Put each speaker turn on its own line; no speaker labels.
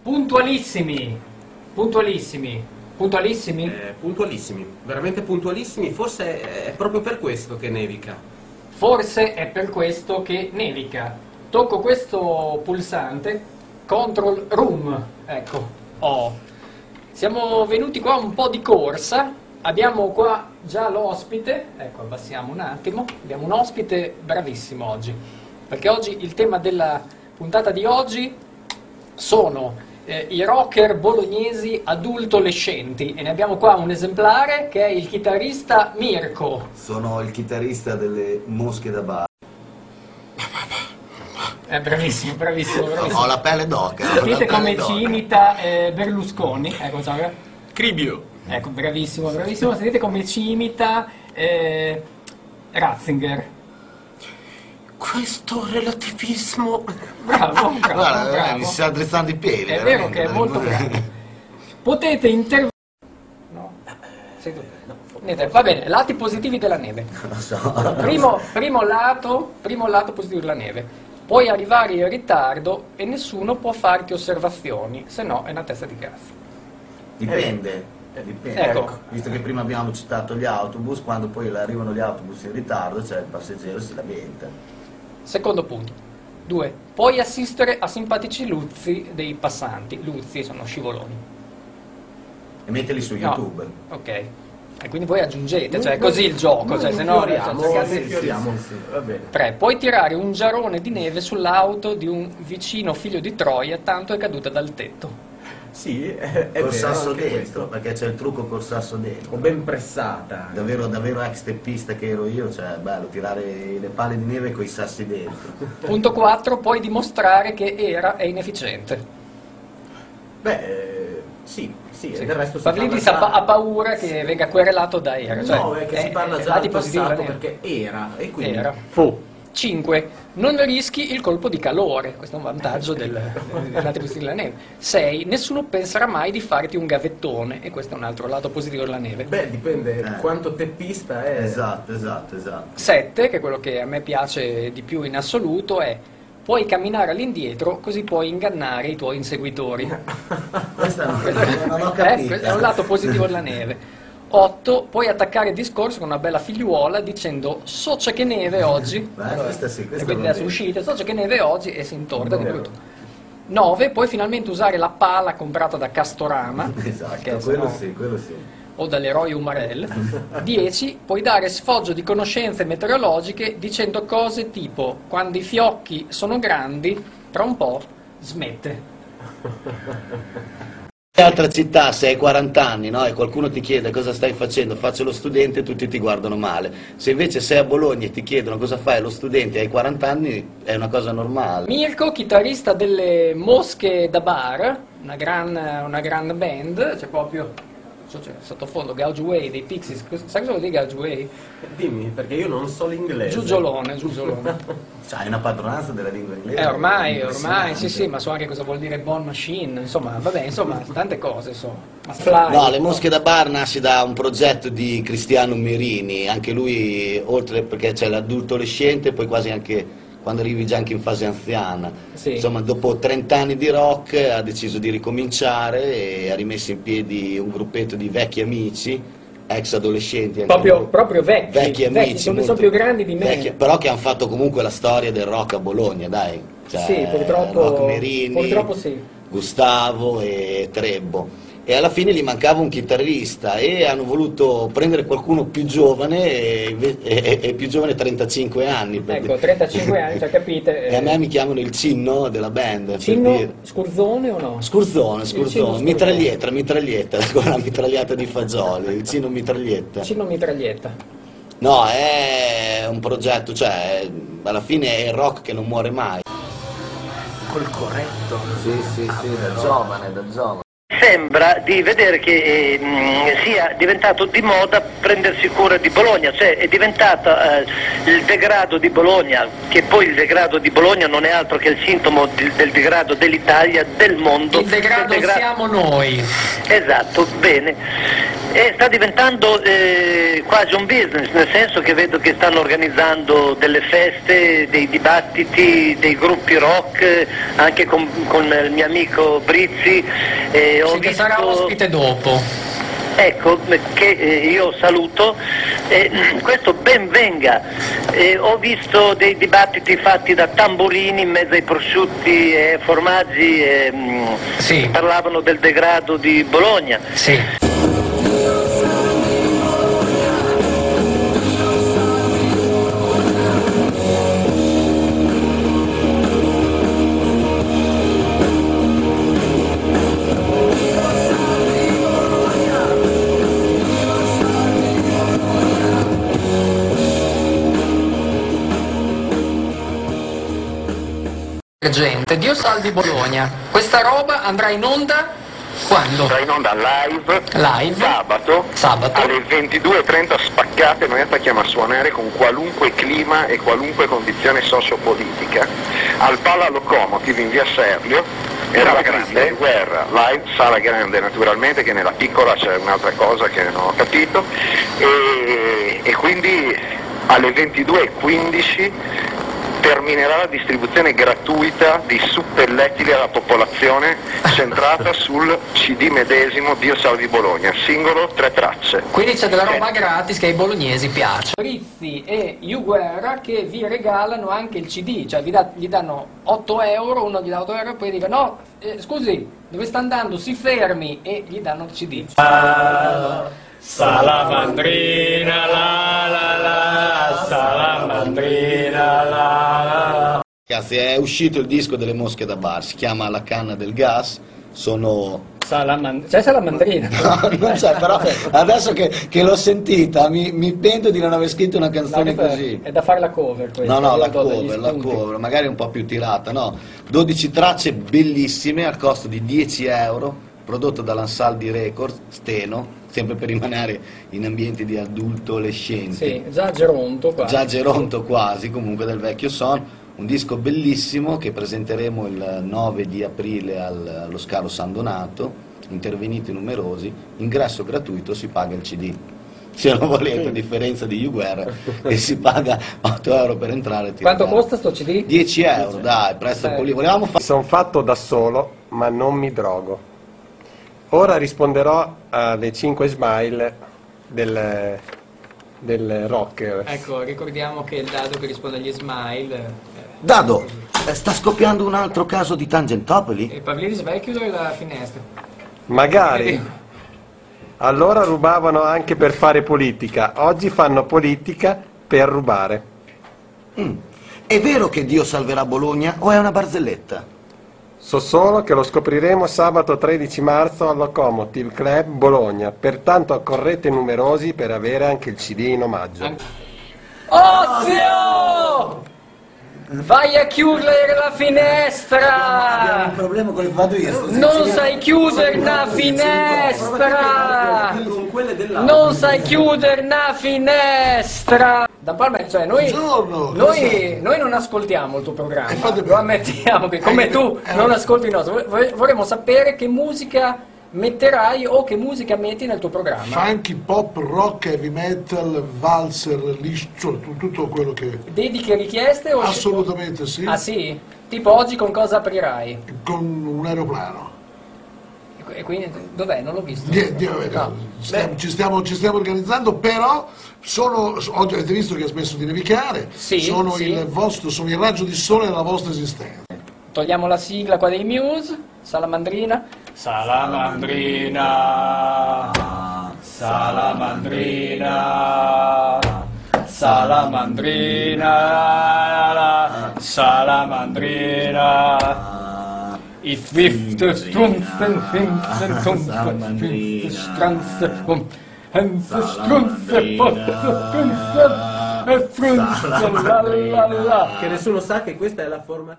Puntualissimi, puntualissimi, puntualissimi.
Eh, puntualissimi, veramente puntualissimi, forse è proprio per questo che nevica.
Forse è per questo che nevica. Tocco questo pulsante, control room, ecco, oh. Siamo venuti qua un po' di corsa, abbiamo qua già l'ospite, ecco abbassiamo un attimo, abbiamo un ospite bravissimo oggi, perché oggi il tema della puntata di oggi sono eh, i rocker bolognesi adultolescenti e ne abbiamo qua un esemplare che è il chitarrista Mirko.
Sono il chitarrista delle mosche da bar.
È Eh, bravissimo, bravissimo, bravissimo.
Ho la pelle d'oca. ho la
Capite
pelle
come
d'oca.
ci imita eh, Berlusconi? Ecco, ciao, eh.
Cribio!
Ecco, bravissimo, bravissimo. Sentite come ci imita eh, Ratzinger.
Questo relativismo...
Bravo, bravo,
Guarda, guarda,
bravo.
gli si sta drizzando i piedi.
È vero
veramente.
che è molto bravo. Potete intervenire... No? Sei tu? Niente, va bene, lati positivi della neve.
Lo so.
Primo, primo lato, primo lato positivo della neve. Puoi arrivare in ritardo e nessuno può farti osservazioni, se no è una testa di cazzo.
Dipende. dipende.
Ecco.
Visto che prima abbiamo citato gli autobus, quando poi arrivano gli autobus in ritardo, cioè il passeggero si lamenta.
Secondo punto. 2. Puoi assistere a simpatici luzzi dei passanti. Luzzi sono scivoloni.
E metteli su
No.
YouTube.
Ok. E quindi voi aggiungete, cioè è così il gioco, cioè se no...
Sì,
se
sì,
fioriamo.
sì, sì.
Va bene.
3. Puoi tirare un giarone di neve sull'auto di un vicino figlio di Troia, tanto è caduta dal tetto.
Sì, è, è
Col
vero
sasso
anche
dentro,
questo.
perché c'è il trucco col sasso dentro.
O ben pressata.
Davvero, davvero ex teppista che ero io, cioè è bello tirare le palle di neve con i sassi dentro.
Punto 4. Puoi dimostrare che era è inefficiente.
Beh, eh, sì, sì,
Sì.
e del resto si
Pavlidis ha,
parla
pa-
già-
ha paura che venga querelato da era. Cioè,
no, è che si parla già
lati
di
positivi
passato
della neve.
perché era e quindi
Era.
fu.
5. Non rischi il colpo di calore, questo è un vantaggio del, dell'antipositivo della neve. 6. Nessuno penserà mai di farti un gavettone, e questo è un altro lato positivo della neve.
Beh, dipende
Eh.
quanto teppista è.
Esatto, esatto, esatto.
7, che è quello che a me piace di più in assoluto, è puoi camminare all'indietro così puoi ingannare i tuoi inseguitori.
Questa non, non ho
Eh,
capito.
questo è un lato positivo della neve. 8. Puoi attaccare il discorso con una bella figliuola dicendo so c'è che neve oggi.
Beh, questa sì, questa
e quindi
va
adesso
bene.
uscite, so c'è che neve oggi e si intorta con
Vero.
tutto. 9. Puoi finalmente usare la pala comprata da Castorama
Esatto,
perché
quello
sennò-
sì, quello sì.
o dall'eroe Umarell. 10. Puoi dare sfoggio di conoscenze meteorologiche dicendo cose tipo quando i fiocchi sono grandi, tra un po' smette.
In altra città se hai 40 anni no, e qualcuno ti chiede cosa stai facendo, faccio lo studente e tutti ti guardano male. Se invece sei a Bologna e ti chiedono cosa fai lo studente e hai 40 anni è una cosa normale.
Mirko, chitarrista delle Mosche da Bar, una gran, una gran band, c'è proprio so- c'è sottofondo Gouge Way dei Pixies, Cos- sai cosa vuol dire Gouge Way?
Dimmi, perché io non so
Eh,
l'inglese.
Giugiolone, giugiolone.
Cioè, hai una padronanza della lingua inglese.
Eh, ormai,
Impressionante.
ormai, sì sì, ma so anche cosa vuol dire Bon Machine, insomma, vabbè, insomma, tante cose, insomma. Ma fly,
No, le mosche da bar nasce da un progetto di Cristiano Mirini, anche lui oltre perché c'è l'adultolescente, poi quasi anche quando arrivi già anche in fase anziana.
Sì.
Insomma, dopo 30 anni di rock ha deciso di ricominciare e ha rimesso in piedi un gruppetto di vecchi amici, ex adolescenti. anche
Proprio,
loro.
proprio vecchi,
vecchi amici,
sono,
molto-
sono più grandi di me.
vecchi, però che hanno fatto comunque la storia del rock a Bologna, dai. Cioè,
sì, purtroppo,
Rock Merini,
purtroppo sì.
Gustavo e Trebbo. E alla fine gli mancava un chitarrista e hanno voluto prendere qualcuno più giovane, e, e- e più giovane 35 anni. per
Ecco,
dire.
35 anni, cioè capite.
E a me mi chiamano il cinno della band. per
Cinno
dire.
scurzone o no?
Scurzone,
cinno
scurzone,
scurzone.
mitraglietta, mitraglietta, la mitragliata di fagioli, il cinno mitraglietta.
Cinno mitraglietta.
No, è un progetto, cioè, alla fine è il rock che non muore mai.
Col corretto.
Sì, sì, sì, da giovane, da giovane.
Sembra di vedere che eh, mh, sia diventato di moda prendersi cura di Bologna, cioè è diventato eh, il degrado di Bologna, che poi il degrado di Bologna non è altro che il sintomo di- del degrado dell'Italia, del mondo.
Il degrado
del degra-
siamo noi.
Esatto, bene. E sta diventando eh, quasi un business, nel senso che vedo che stanno organizzando delle feste, dei dibattiti, dei gruppi rock, eh, anche con, con il mio amico Brizzi. eh, ho
Ci vi sarà
visto-
ospite dopo.
Ecco, che eh, io saluto, eh, questo ben venga. Eh, ho visto dei dibattiti fatti da tamburini in mezzo ai prosciutti e formaggi, eh, mm,
Sì.
parlavano del degrado di Bologna.
Sì. Gente, Dio salvi Bologna. Questa roba andrà in onda quando?
Sarà in onda Cioè, live,
Live.
sabato,
Sabato.
alle 22.30 spaccate, Marietta chiama a suonare con qualunque clima e qualunque condizione sociopolitica al Pala Locomotive in via Serlio. Era la grande guerra, live, sala grande naturalmente, che nella piccola c'è un'altra cosa che non ho capito, e, e quindi alle 22.15 terminerà la distribuzione gratuita di suppellettili alla popolazione centrata sul CD medesimo Dio Salvi Bologna, singolo tre tracce.
Quindi c'è della roba gratis che ai bolognesi piace. Rizzi e Uguerra che vi regalano anche il CD, cioè vi da- gli danno 8 euro, uno gli dà 8 euro e poi dice no, eh, scusi, dove sta andando? Si fermi e gli danno il CD.
Salamandrina la la la, salamandrina la la.
Ragazzi, è uscito il disco delle mosche da bar, si chiama La canna del gas, sono...
Salaman- c'è salamandrina.
No, non c'è, però adesso che, che l'ho sentita mi, mi pento di non aver scritto una
No,
canzone
questa
così.
È da fare la cover questa.
No, no,
io
la
do degli
cover, la
spunti.
cover, magari un po' più tirata, no. 12 tracce bellissime al costo di 10 euro, prodotto dall'Ansaldi Records, Steno, sempre per rimanere in ambienti di adultolescenti.
Sì, già Geronto qua.
Già Geronto quasi, comunque del vecchio Son, un disco bellissimo che presenteremo il 9 di aprile al- allo Scalo San Donato, interveniti numerosi, ingresso gratuito, si paga il CD. Se lo volete, a differenza di Uguerra, e si paga 8 euro per entrare. ti
Quanto
regalano.
costa sto CD?
10 euro, dai, presto
Eh.
poli- Volevamo fare...
Sono fatto da solo, ma non mi drogo. Ora risponderò alle 5 smile del, del rocker.
Ecco, ricordiamo che il dado che risponde agli smile
Dado, eh, sta scoppiando un altro caso di Tangentopoli?
e Pavlidis vai a chiudere la finestra.
Magari. Allora rubavano anche per fare politica, oggi fanno politica per rubare.
È vero che Dio salverà Bologna o è una barzelletta?
So solo che lo scopriremo sabato 13 marzo al Locomotive Club Bologna, pertanto accorrete numerosi per avere anche il CD in omaggio.
Ozio! Vai a chiudere la
Abbiamo un
finestra!
problema con le vado io. sto
Non
zitto.
sai chiudere la finestra!
Con quelle dell'altro.
Non sai chiudere una finestra! Da Palma, cioè noi,
Buongiorno,
noi, noi non ascoltiamo il tuo programma, lo ammettiamo che
Eh,
come tu non ascolti il nostro, Vo- vorremmo sapere che musica metterai o che musica metti nel tuo programma.
Funky, pop, rock, heavy metal, valzer, liscio, tu- tutto quello che...
Dediche richieste o...
Assolutamente sì,
Ah sì? Tipo oggi con cosa aprirai?
con un aeroplano.
E qui- E quindi dov'è? Non l'ho visto. Ah.
Die- die- stiamo- ci, stiamo, ci stiamo organizzando, però sono, oggi avete visto che ha smesso di nevicare,
Sì,
sono,
sì.
Il vostro, sono il raggio di sole della vostra esistenza.
Togliamo la sigla qua dei Muse, Salamandrina.
Salamandrina. Salamandrina. Salamandrina. Salamandrina.
If with the strength and things and comes the strength and the strength and the strength la la la
Che nessuno sa che questa è la forma